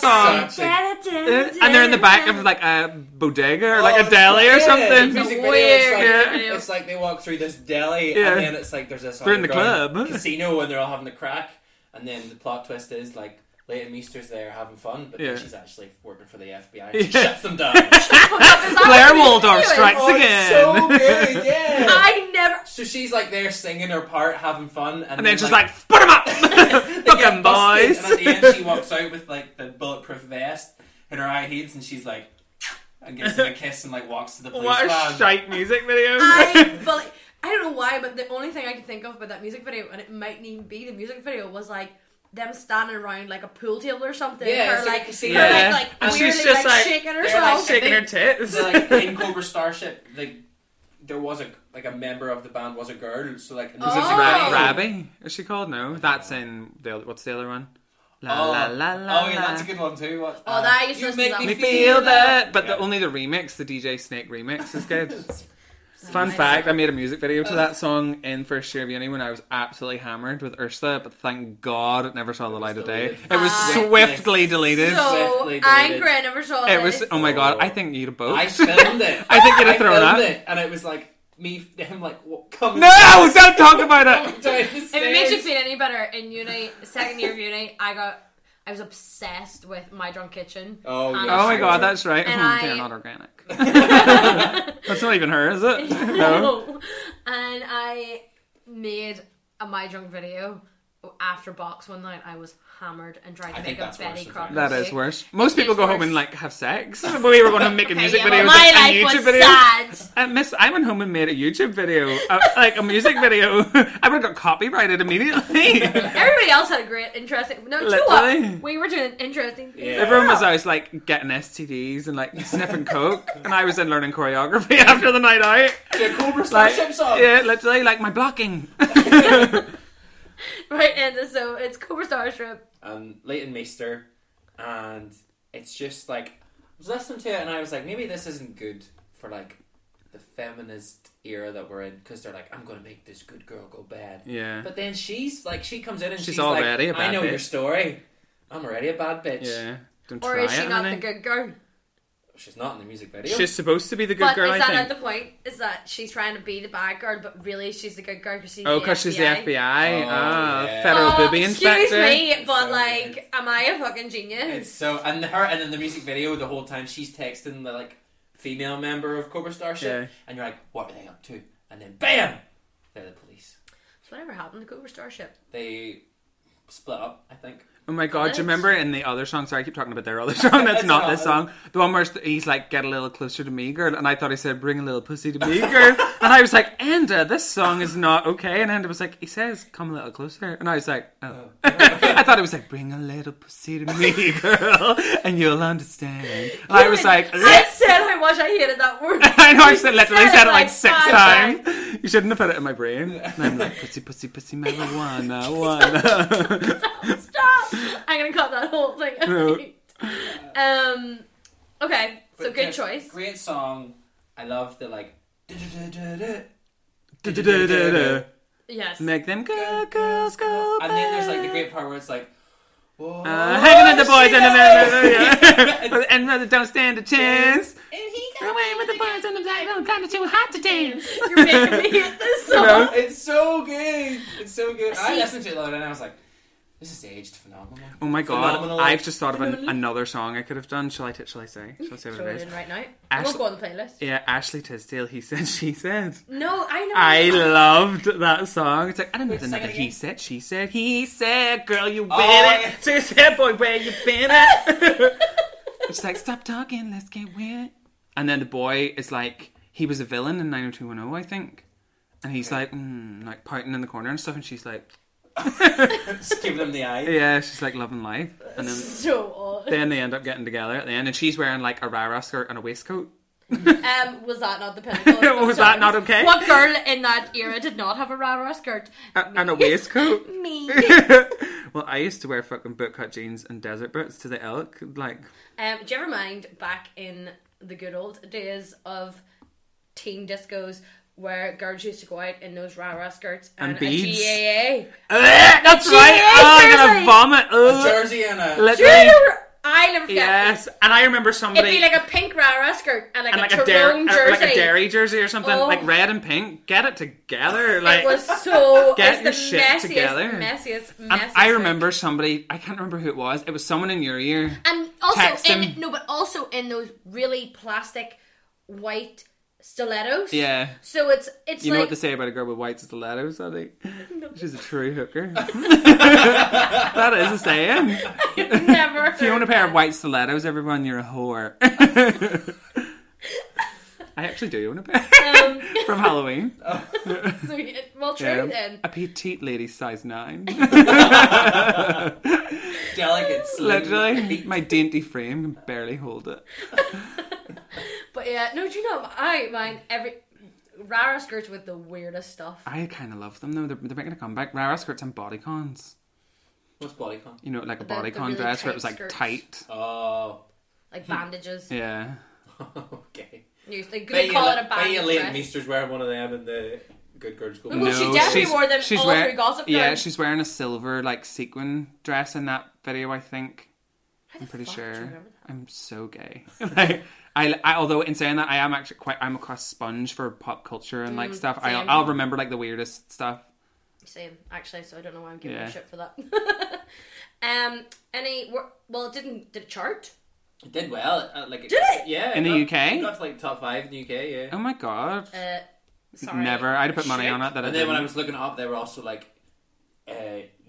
song. That's such Uh, And they're in the back of like a bodega or like Oh, a deli or yeah, something. the music It's video, weird, it's, like, yeah. it's like they walk through this deli Yeah. and then it's like there's this They're in the underground club. casino and they're all having a crack and then the plot twist is like Leighton Meester's there having fun but Yeah. then she's actually working for the FBI and she Yeah. shuts them down. Blair Waldorf strikes Oh, again. it's so good, yeah. I never. So she's like there singing her part, having fun, and, And then she's like, put 'em up! they Fuck get 'em, busted, boys! And at the end, she walks out with like the bulletproof vest and her high heels, and she's like, and gives him a kiss and like walks to the police What a van. shite music video. I fully- I don't know why, but the only thing I could think of about that music video, and it might not even be the music video, was like them standing around like a pool table or something. Yeah, her, it's like like, a casino. her, Yeah. like, like And she's weirdly, just like- shaking they're, like, herself. shit. Shaking her tits. So, like in Cobra Starship, like there was a like a member of the band was a girl, so like Oh. Is it Oh. Rab- Rabby? Is she called? No, that's in the other. What's the other one? La Oh. la la la. oh yeah, la. that's a good one too. What, Oh, that I used to you listen make to that me one. Me feel that, but the, Yeah. only the remix, the DJ Snake remix, is good. It's Fun amazing. fact: I made a music video to that song in first year of uni when I was absolutely hammered with Ursula, but thank God it never saw the light of day. It was Ah. swiftly deleted. So Swiftly deleted. angry, I never saw It this. was oh my God! I think you'd have both. I filmed it. I think you'd have thrown filmed up. it, and it was like me, him, like what, come No, don't talk about Coming it. down the If it makes you stairs. feel any better, in uni, second year of uni, I got, I was obsessed with My Drunk Kitchen. Oh, And- yeah, Oh my sure. God, that's right. And Hmm, I- They're not organic. that's not even her, is it? No. And I made a My Drunk video after box one night. I was hammered and tried to I make think a that's worse Betty than Crocker. That is cake. worse. Most people tastes go home worse. and like have sex. But we were going to make a Okay, music yeah, video well, my and life YouTube was video. sad. Uh, miss, I went home and made a YouTube video, uh, like a music video. I would have got copyrighted immediately. Everybody else had a great, interesting. No, two up. Literally. We were doing interesting things. Yeah. Everyone was always like getting STDs and like sniffing coke, and I was in learning choreography after the night out. The Cobra Like, Starship song. yeah, literally like my blocking. Right, and so it's Cobra Starship. um, Leighton Meester, and it's just like I was listening to it, and I was like, maybe this isn't good for like the feminist era that we're in because they're like, I'm gonna make this good girl go bad. yeah, But then she's like, she comes in and She's she's, like, already a bad I know bitch. your story. I'm already a bad bitch. yeah. Don't Or try is she it, not the honey. good girl? She's not in the music video. She's supposed to be the good But girl, is I that not think. the point? Is that she's trying to be the bad girl, but really she's the good girl because she's Oh, because because she's the FBI. Oh, ah, yeah. federal oh, booby excuse inspector. me, but So like, good. am I a fucking genius? It's so and her and in the music video the whole time she's texting the like female member of Cobra Starship Yeah. and you're like, what are they up to? And then bam, they're the police. So whatever happened to Cobra Starship? They split up, I think. Oh my god, What? do you remember in the other song? Sorry, I keep talking about their other song. That's It's not not. this song. The one where he's like, get a little closer to me, girl. And I thought he said, bring a little pussy to me, girl. and I was like, Enda, this song is not okay. And Enda was like, he says, come a little closer. And I was like, oh. I thought it was like, bring a little pussy to me, girl, and you'll understand. And I was like, I said how much I hated that word. I know I said literally You said it like six five times. You shouldn't have put it in my brain. And I'm like, pussy, pussy, pussy, marijuana, wanna. Stop! I'm gonna cut that whole thing. No. out. um. Okay, so But good yes, choice. Great song. I love the like du-du-du-du-du. Du-du-du-du-du. Yes. Make them go, girls go. and then there's like the great part where it's like Whoa, Uh, hanging with the boys and the men. she yeah. knows. But- and rather don't stand a chance. Oh And he Go got away with the boys and the black don't kind of too hot to dance. You're making me hate this song. know? Oh, It's so good. It's so good. I See- listened to it the other day and I was like, this is aged phenomenal. Oh my god, Phenomenal. I've just thought of an, another song I could have done. Shall I, t- shall I say? Shall I say what Throw it it is? in right now. I Ashley- won't go on the playlist. Yeah, Ashley Tisdale, he said, she said. No, I know. I loved that song. It's like, I don't need Wait, sing another it he again. said, she said, he said, girl, you with Oh, it. yeah. So you said, boy, where you been at? it's like, stop talking, let's get with it. And then the boy is like, he was a villain in 90210, I think. And he's like, mm, like pouting in the corner and stuff. And she's like, Just giving him the eye. yeah, she's like loving life. And then, so odd. then they end up getting together at the end. And she's wearing like a rara skirt and a waistcoat. Um, was that not the pinnacle? of those Was that not songs? okay? What girl in that era did not have a rara skirt? A- and a waistcoat. Me. well, I used to wear fucking bootcut jeans and desert boots to the elk. Like, Um, do you ever mind back in the good old days of teen discos where girls used to go out in those rah rah skirts And and, beads. a GAA. Ugh, that's Gee, right. Oh, I'm seriously. gonna vomit. A Ugh. jersey and a. Let Do me. you remember? I never forget. Yes, and I remember It'd somebody be like a pink rah rah skirt and like and a like a, Tyrone dairy, uh, jersey. like a dairy jersey or something, Oh. like red and pink. Get it together, like. it was so Get it's your the shit messiest, together. messiest, messiest. and I thing. remember somebody. I can't remember who it was. It was someone in your year. and also Text in him. no, but also in those really plastic white stilettos. Yeah. So it's it's You know like what they say about a girl with white stilettos? I think she's a true hooker. that is a saying. never. If you own a pair of white stilettos, everyone, you're a whore. I actually do own a pair Um, from Halloween. so, yeah, well, true Yeah. Oh, then. A petite lady, size nine. Delicate slim. Literally, my dainty frame can barely hold it. But yeah, no, do you know I mind every Rara skirts with the weirdest stuff. I kind of love them though. They're, they're making a comeback. Rara skirts and bodycons. What's bodycon? You know, like a The- the bodycon really dress where it was tight like skirts. tight. Oh. Like bandages. Hmm. Yeah. okay. You- They, they Bet you, call Le- it a bet you bandage. Leighton dress. Meester's wearing one of them in the Good Girls School. Well, she definitely she's- wore them she's all wear- through Gossip Girl. Yeah, she's wearing a silver like sequin dress in that video. I think. How the I'm pretty fuck do you sure. remember I'm so gay. like, I, I, although in saying that, I am actually quite. I'm a cross sponge for pop culture and like Mm, stuff. I, same. I'll remember like the weirdest stuff. that? Same, actually. So I don't know why I'm giving Yeah. her shit for that. um, any wor- well, it didn't did it chart? It did well. uh, like it, Did it? Yeah. In the got- UK? it Got to like top five in the UK, yeah. Oh my god. Uh, sorry, Never. I'd have put money on it. That I and then didn't. when I was looking it up, they were also like uh,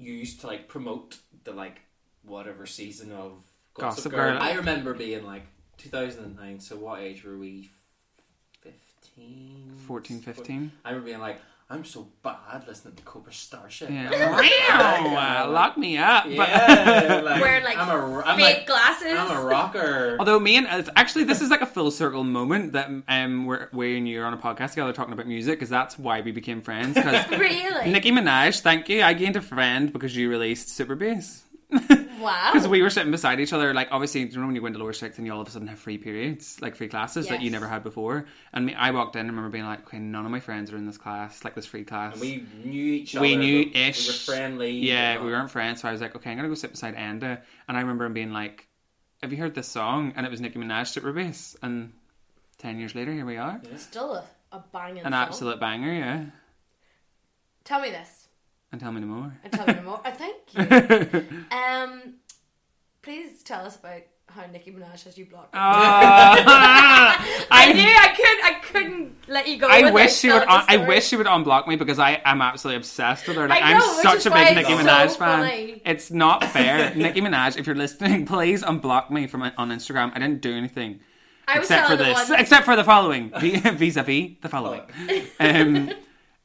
used to like promote the like whatever season of Gossip, Gossip Girl. Girl. I remember being like 2009. So what age were we? 15, 14, 15. I remember being like, I'm so bad listening to Cobra Starship. Yeah. Yeah. Wow, lock me up. but- Yeah, like, Wear, like, I'm a, I'm Fake like, glasses. I'm a rocker. Although me and it's actually this is like a full circle moment that um we're we and you're on a podcast together talking about music because that's why we became friends. Because really? Nicki Minaj, thank you, I gained a friend because you released Super Bass. wow. Because we were sitting beside each other, like obviously, do you know when you go into lower sixth and you all of a sudden have free periods, like free classes that you Yes. never had before. And me, I walked in and remember being like, okay, none of my friends are in this class, like this free class. And we knew each other. We knew but We were ish. friendly. Yeah, but we not- weren't friends, so I was like, okay, I'm gonna go sit beside Enda, and I remember him being like, "Have you heard this song?" And it was Nicki Minaj Super Bass, and ten years later, here we are, Still a, a banging. an song. absolute banger, yeah. Tell me this. And tell me no more. And tell me more. I thank you. Um, please tell us about how Nicki Minaj has you blocked. Ah, I knew I, I could. I couldn't let you go. I without wish she would. telling the Un- I story. wish she would unblock me because I am absolutely obsessed with her. Like I know, I'm which such is a why big it's Nicki so Minaj fan. funny. It's not fair, Nicki Minaj. If you're listening, please unblock me from uh, on Instagram. I didn't do anything. I was except for telling the this, one. Oh. except for the following, vis a vis the following. um,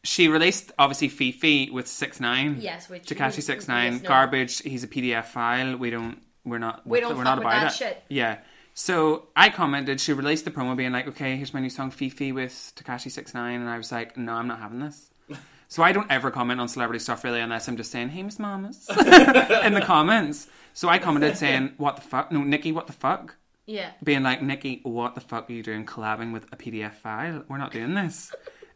she released obviously Fifi with Six Nine. Yes, which Takashi Six Nine, yes, no. garbage. He's a PDF file. We don't. We're not. We with don't it. We're fuck not with about that it. shit. Yeah. So I commented. She released the promo, being like, "Okay, here's my new song Fifi with Takashi Six Nine, and I was like, "No, I'm not having this." So I don't ever comment on celebrity stuff really, unless I'm just saying, "Hey, Miss Mamas," in the comments. So I commented saying, "What the fuck? No, Nikki, what the fuck?" Yeah. being like, Nikki, what the fuck are you doing collabing with a PDF file? We're not doing this.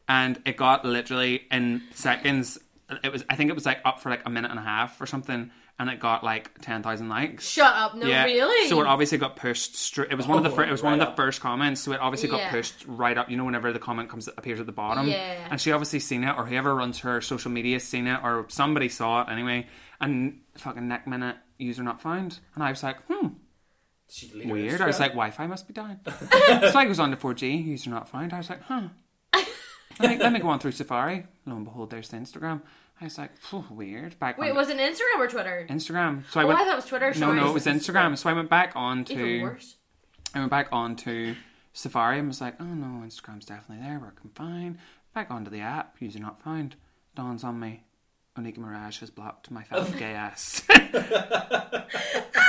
and it got literally in seconds. It was, I think it was like up for like a minute and a half or something, and it got like ten thousand likes. Shut up. No, really. So it obviously got pushed straight. It was one of the Oh, fir- it was one right of the up. first comments, so it obviously got Yeah. pushed right up. You know, whenever the comment comes appears at the bottom, Yeah. And she obviously seen it, or whoever runs her social media seen it, or somebody saw it anyway. And fucking neck minute user not found, and I was like, hmm, She deleted her weird. I was Instagram. like, Wi-Fi must be down. so I goes on to 4G, user not found. I was like, huh. Let me, let me go on through Safari. Lo and behold, there's the Instagram. I was like, phew, weird. Back Wait, on was it Instagram or Twitter? Instagram. So I oh, went. I thought it was Twitter. no, sorry. no, it was Instagram. So I went back on to. Even worse. I went back on to Safari and was like, oh no, Instagram's definitely there, working fine. Back onto the app, user not found. Dawns on me, Onika Mirage has blocked my fat gay ass. and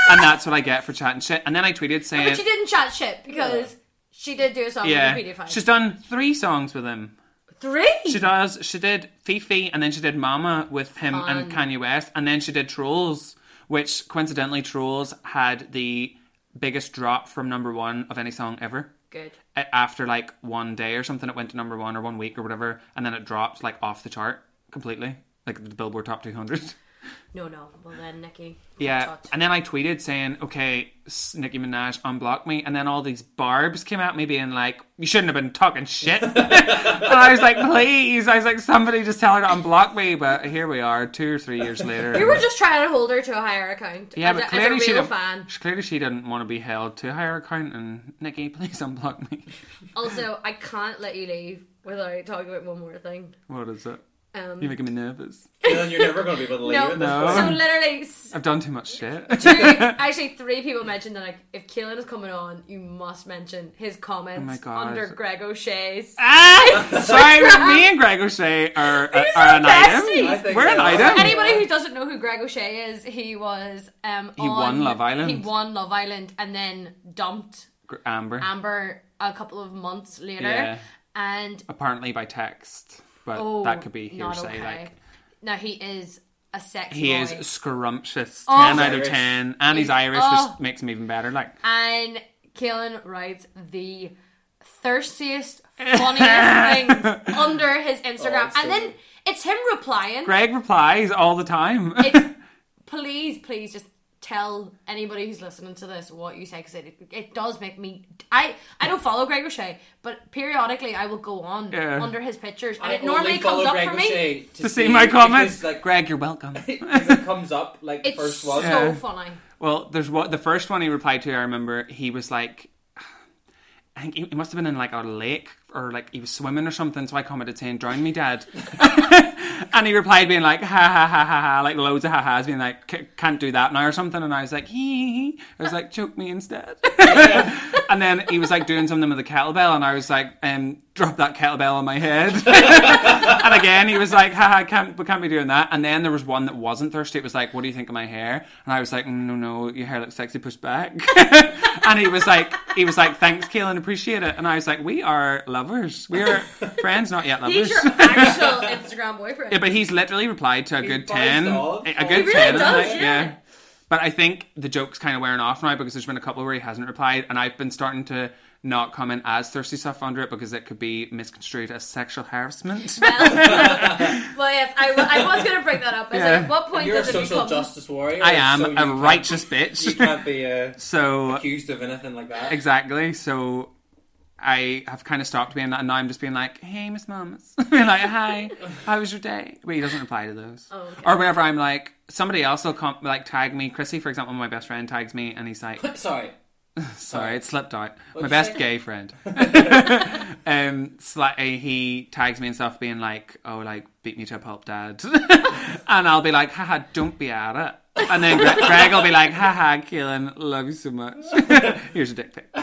that's what I get for chatting shit. And then I tweeted saying, But she didn't chat shit because she did do a song with the yeah, PDF. she's done three songs with him. Three. She does. She did Fifi, and then she did Mama with him and Kanye West, and then she did Trolls, which coincidentally Trolls had the biggest drop from number one of any song ever. Good. a- after like one day or something, it went to number one or one week or whatever, and then it dropped like off the chart completely, like the Billboard Top 200. No, no. Well then, Nikki. Yeah, Shot. and then I tweeted saying, "Okay, s- Nicki Minaj, unblock me." And then all these barbs came at me being like, "You shouldn't have been talking shit." and I was like, "Please!" I was like, "Somebody just tell her to unblock me." But here we are, two or three years later. You were just trying to hold her to a higher account. yeah, as but a, clearly as a she real didn't. fan. Clearly she didn't want to be held to a higher account. And Nikki, please unblock me. Also, I can't let you leave without talking about one more thing. What is it? Um, You're making me nervous. then you're never going to be able to leave no, it. No. so literally, s- I've done too much shit. two, actually, three people mentioned that like, if Keelan is coming on, you must mention his Oh my comments God. under Greg O'Shea's. ah, sorry, me and Greg O'Shea are are, These are are an besties. I item. think We're an they are. item. Yeah. Anybody who doesn't know who Greg O'Shea is, he was um He on- won Love Island. He won Love Island and then dumped Gr- Amber. Amber a couple of months later. Yeah. And apparently by text, but oh, that could be not hearsay. okay. Like now he is a sex he boy. is scrumptious, Oh. ten out of Irish. ten, and he's, He's- Irish, oh. which makes him even better. Like And Kaelin writes the thirstiest, funniest things under his Instagram, Oh, and then it's him replying. Greg replies all the time. It's, please, please, just tell anybody who's listening to this what you say because it, it does make me. I I don't follow Greg O'Shea, but periodically I will go on Yeah. under his pictures, and I it only normally follow comes up Greg for me. O'Shea to see my comments, because, Like, Greg, you're welcome. because it comes up like the It's first one. so Yeah. funny. Well, there's what the first one he replied to. I remember he was like, I think he, he must have been in like a lake or like he was swimming or something. So I commented saying, "Drown me, Dad," and he replied being like, "Ha ha ha ha ha," like loads of ha ha's, being like, "C- "Can't do that now" or something. And I was like, "Hee hee." hee." I was like, "Choke me instead." and then he was like doing something with a kettlebell, and I was like, um, "Drop that kettlebell on my head." and again, he was like, haha, can't, we can't be doing that. And then there was one that wasn't thirsty. It was like, what do you think of my hair? And I was like, no, no, your hair looks sexy, push back. and he was like, he was like, thanks, Kaelin, appreciate it. And I was like, we are lovers. We are friends, not yet lovers. He's your actual Instagram boyfriend. Yeah, but he's literally replied to a good buzzed ten, a off. a He good really ten. does, like, yeah. But I think the joke's kind of wearing off now because there's been a couple where he hasn't replied, and I've been starting to not comment as thirsty stuff under it because it could be misconstrued as sexual harassment. well, yes, I, wa- I was going to bring that up. I said, Yeah. at what point You're a does it social become? justice warrior. I am so you a can't- righteous You bitch. can't be uh, so accused of anything like that. exactly. So I have kind of stopped being that, and now I'm just being like, "Hey, Miss Mamas," being like, "Hi, how was your day?" But he doesn't reply to those. Oh, okay. Or whenever I'm like, somebody else will come, like tag me. Chrissy, for example, my best friend tags me, and he's like, Sorry. Sorry, it slipped out. My you best say? gay friend. um, slightly, he tags me and stuff, being like, "Oh, like beat me to a pulp, dad," and I'll be like, "Haha, don't be at it." And then Greg, Greg will be like, "Haha, Keelan, love you so much. Here's a dick pic."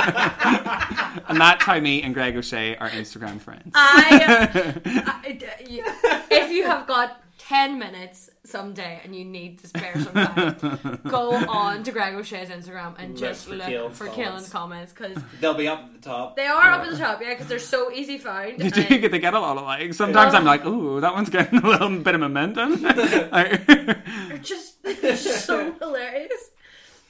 and that's how me and Greg O'Shea are Instagram friends. I, uh, I- d- you- if you have got 10 minutes someday and you need to spare some time, go on to Greg O'Shea's Instagram and Look just for look Keelan's for comments. Keelan's comments because They'll be up at the top. they are up at the top, yeah, because they're so easy found. You do and- get they get a lot of likes. Sometimes I'm like, "Ooh, that one's getting a little bit of momentum." Like- They're just they're just so hilarious.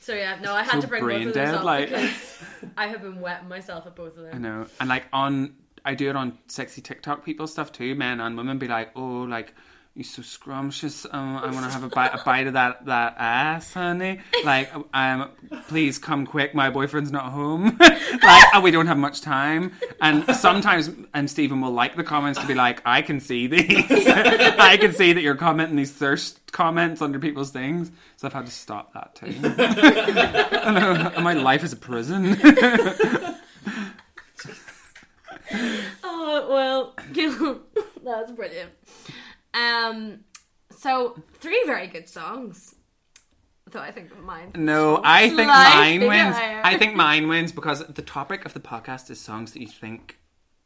So yeah, no, I had So to bring both brain of those dead, up like- because I have been wetting myself at both of I them. know. And like on, I do it on sexy TikTok people stuff too. Men and women be like, oh, like you're so scrumptious. Um, I want to have a bite, a bite of that that ass, honey. Like, um, please come quick. My boyfriend's not home. like, oh, we don't have much time. And sometimes, and Stephen will like the comments to be like, I can see these. I can see that you're commenting these thirst comments under people's things. So I've had to stop that too. I know. My life is a prison. Oh well, that's brilliant. Um, so three very good songs. Though I think mine. No, I think Slightly mine wins. higher. I think mine wins because the topic of the podcast is songs that you think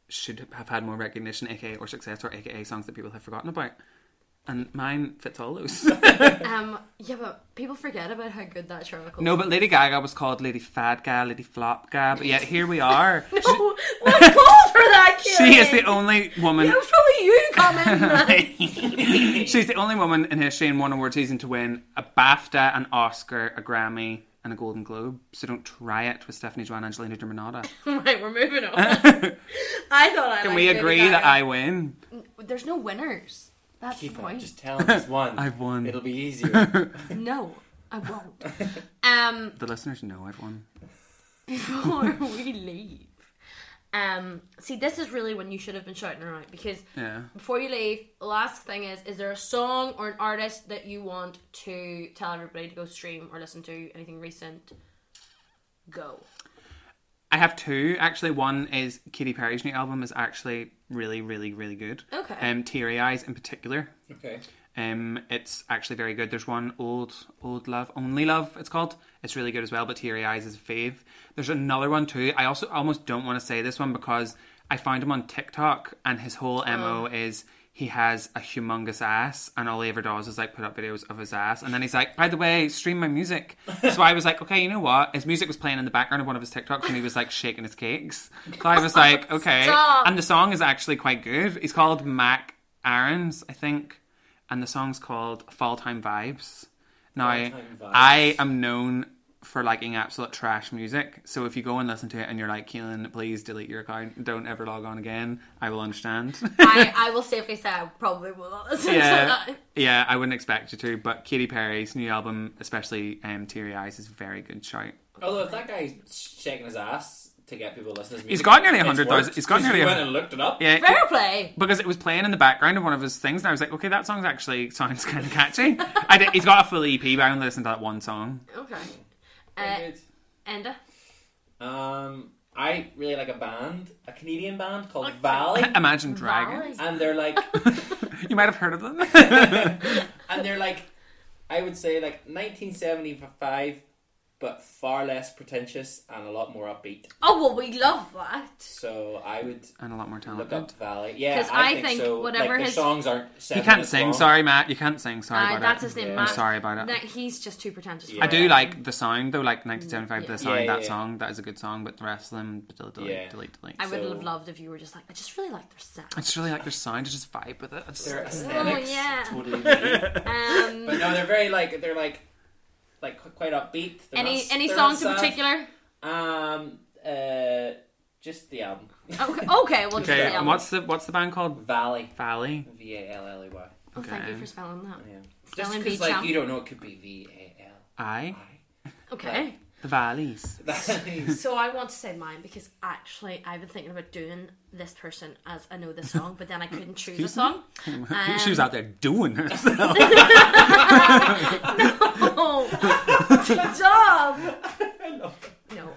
should have had more recognition, aka or success, or aka songs that people have forgotten about. And mine fits all those. Um, yeah, but people forget about how good that Sherlock. Holmes no, but Lady Gaga was called Lady Fad Gaga, Lady Flop Gaga, but yet here we are. no, what called for that? Kieran? She is the only woman. It was probably you commenting that. She's the only woman in history in one award season to win a BAFTA, an Oscar, a Grammy, and a Golden Globe. So don't try it with Stephanie Joanne Angelina Germanotta. right, we're moving on. I Can thought I. liked we Lady agree Gaga. that I win? There's no winners. That's Keep the on. point. Just tell him there's one. I've won. It'll be easier. No, I won't. um, The listeners know I've won. before we leave, um, see, this is really when you should have been shouting her out because Yeah. before you leave, last thing is: is there a song or an artist that you want to tell everybody to go stream or listen to? Anything recent? Go. I have two actually. One is Katy Perry's new album is actually really, really, really good. Okay. Um, Teary Eyes in particular. Okay. Um, it's actually very good. There's one old, old love, only love. It's called. It's really good as well. But Teary Eyes is a fave. There's another one too. I also almost don't want to say this one because I found him on TikTok and his whole mo is he has a humongous ass and all he ever does is like put up videos of his ass and then he's like, by the way, stream my music. so I was like, okay, you know what? His music was playing in the background of one of his TikToks and he was like shaking his cakes. So I was like, okay. Stop. And the song is actually quite good. It's called Mac Aaron's, I think and the song's called Fall Time Vibes. Now, Time Vibes. I am known for liking absolute trash music, so if you go and listen to it and you're like, Keelan, please delete your account, don't ever log on again, I will understand. I, I will safely say I probably will not listen to yeah, that. yeah, I wouldn't expect you to, but Katy Perry's new album, especially um, Teary Eyes, is a very good shout. Although if that guy's shaking his ass to get people listening, to He's music, got nearly it's 100,000 worked, he's got 'cause you nearly a- went and looked it up. Yeah, Fair play. because it was playing in the background of one of his things, and I was like, okay, that song's actually sounds kind of catchy. I did, he's got a full EP, but I only listened to that one song. Okay. Uh, Very Enda. good. Um, I really like a band, a Canadian band called Like- Valley, Imagine Dragon. Valerie. and they're like, You might have heard of them. and they're like, I would say like 1975, but far less pretentious and a lot more upbeat. Oh well, we love that. So I would and a lot more look talented. up Valley. Yeah, 'Cause I, I think, think so. whatever like, their his- songs aren't. seven You can't minutes sing. long. Sorry, Matt. You can't sing. Sorry Uh, about that's it. his name, Yeah. Matt. I'm sorry about it. No, he's just too pretentious. For Yeah. I do that. like the sound though, like 1975. Yeah. The sound, Yeah, that yeah. song, that is a good song. But the rest of them, delete, delete, Yeah. delete, delete. I would so- have loved if you were just like, I just really like their I sound. Oh, just really like their sound. I just vibe with it. I just- Their aesthetics, yeah. totally. me. But Um, no, they're very like they're like like qu- quite upbeat. They're any not- any they're songs in not sad. particular? Um, uh, just the album Oh, Okay, okay, well, just okay, the and album. what's the what's the band called? Valley. Valley. V a l l e y. Oh, thank you okay. for spelling that. Yeah. Just Spelling bee because like champ. you don't know, it could be V a l I. i. Okay, The Valleys. That means so I want to say mine because actually I've been thinking about doing this person as I know the song, but then I couldn't choose a song. she was out there doing herself. Oh, good job. No.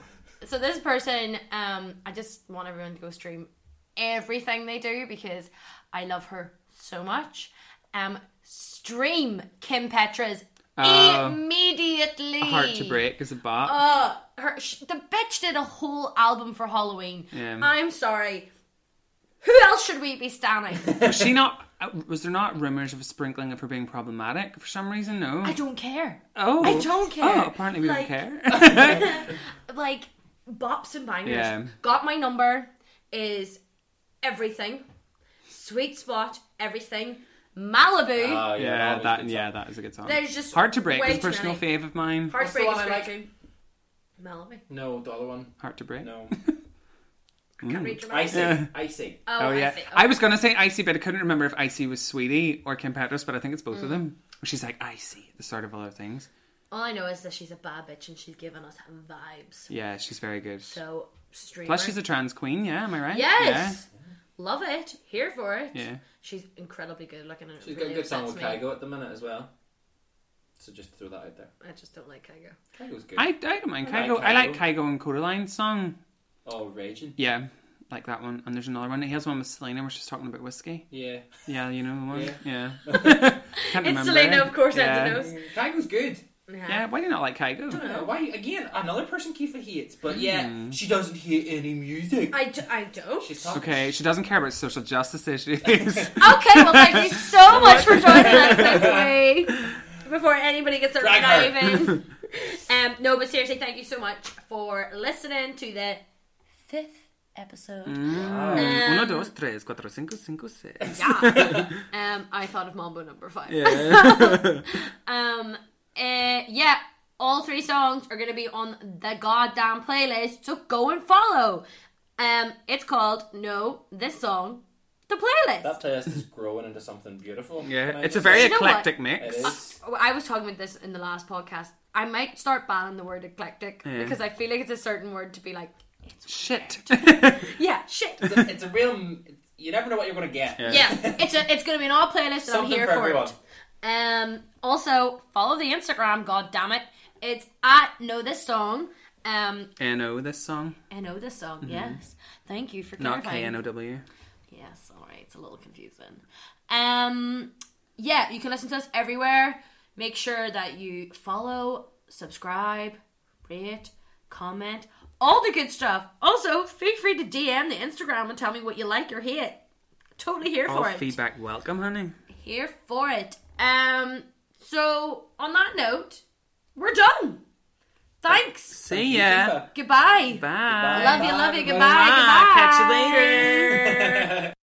So this person, um, I just want everyone to go stream everything they do because I love her so much. Um, stream Kim Petras Oh. immediately. Heart to break is a bop. Uh, her, sh- the bitch did a whole album for Halloween. Yeah. I'm sorry. Who else should we be standing? was she not? uh, Was there not rumors of a sprinkling of her being problematic for some reason? No. I don't care. oh, I don't care. Oh, apparently we Like- don't care. like bops and bangers. Yeah. Got my number is everything. Sweet spot, everything. Malibu. Oh, yeah, Yeah, always that good yeah, that is a good song. There's just Uh, Hard to break way is a too personal many. fave of mine. Heartbreak What's the is one I great like? too. Malibu. song. No, the other one. Hard to break. No, Can't read your mind. icy, Yeah. icy. Oh, Mm. Oh yeah, I, see. I was gonna say icy, but I couldn't remember if icy was sweetie or Kim Petras, but I think it's both Mm. of them. She's like icy, the start of all her things. All I know is that she's a bad bitch and she's giving us vibes. Yeah, she's very good. So streamer. Plus, she's a trans queen. Yeah, am I right? yes. Love it. Here for it. Yeah. yeah. She's incredibly good looking. And it She's got really a good song upsets with me. Kygo at the minute as well. So just throw that out there. I just don't like Kygo. Kygo's good. I, I don't mind I like Kygo. I like Kygo. Kygo and Coraline's song. Oh, raging. Yeah, like that one. And there's another one. He has one with Selena where she's talking about whiskey. Yeah, Yeah, you know the one. Yeah. Yeah. Can't remember. It's Selena, of course, yeah. Enda knows. Kygo's good. Yeah, why do you not like Kygo? I don't know why. Again, another person Kifa hates, but yeah, Hmm. she doesn't hate any music. I, d- I don't. She's talking Okay, she doesn't care about social justice issues. Okay, well, thank you so much for joining us this week. Before anybody gets their Drag live her. in. Um, no, but seriously, thank you so much for listening to the fifth episode. Um, Mm. Uno, dos, tres, cuatro, cinco, cinco, seis. Yeah. um, I thought of Mambo number five. Yeah. Um, uh, yeah. All three songs are going to be on the goddamn playlist, so go and follow. Um, it's called "No This Song," the playlist. That playlist is growing into something beautiful. can Yeah, I it's a just very say? You know what? eclectic mix. It is. Oh, I was talking about this in the last podcast. I might start banning the word eclectic Yeah. because I feel like it's a certain word to be like, Shit. yeah, shit. It's a, it's a real. m- You never know what you're going to get. Yeah. yeah, it's a, it's gonna be an all playlist, and I'm Something here for for, everyone. it. Um, also follow the Instagram. God damn it, it's at know this song. Um, N-O this song, I know this song. Yes, thank you for Mm-hmm. not clarifying. K N O W. Yes, all right. It's a little confusing. Um, yeah, you can listen to us everywhere. Make sure that you follow, subscribe, rate, comment, all the good stuff. Also, feel free to DM the Instagram and tell me what you like or hate. Totally here All for it. feedback welcome, honey. Here for it. Um, so on that note, we're done. Thanks. See ya. Goodbye. Bye. Love you, love you. Goodbye. Bye. Goodbye. Catch you later.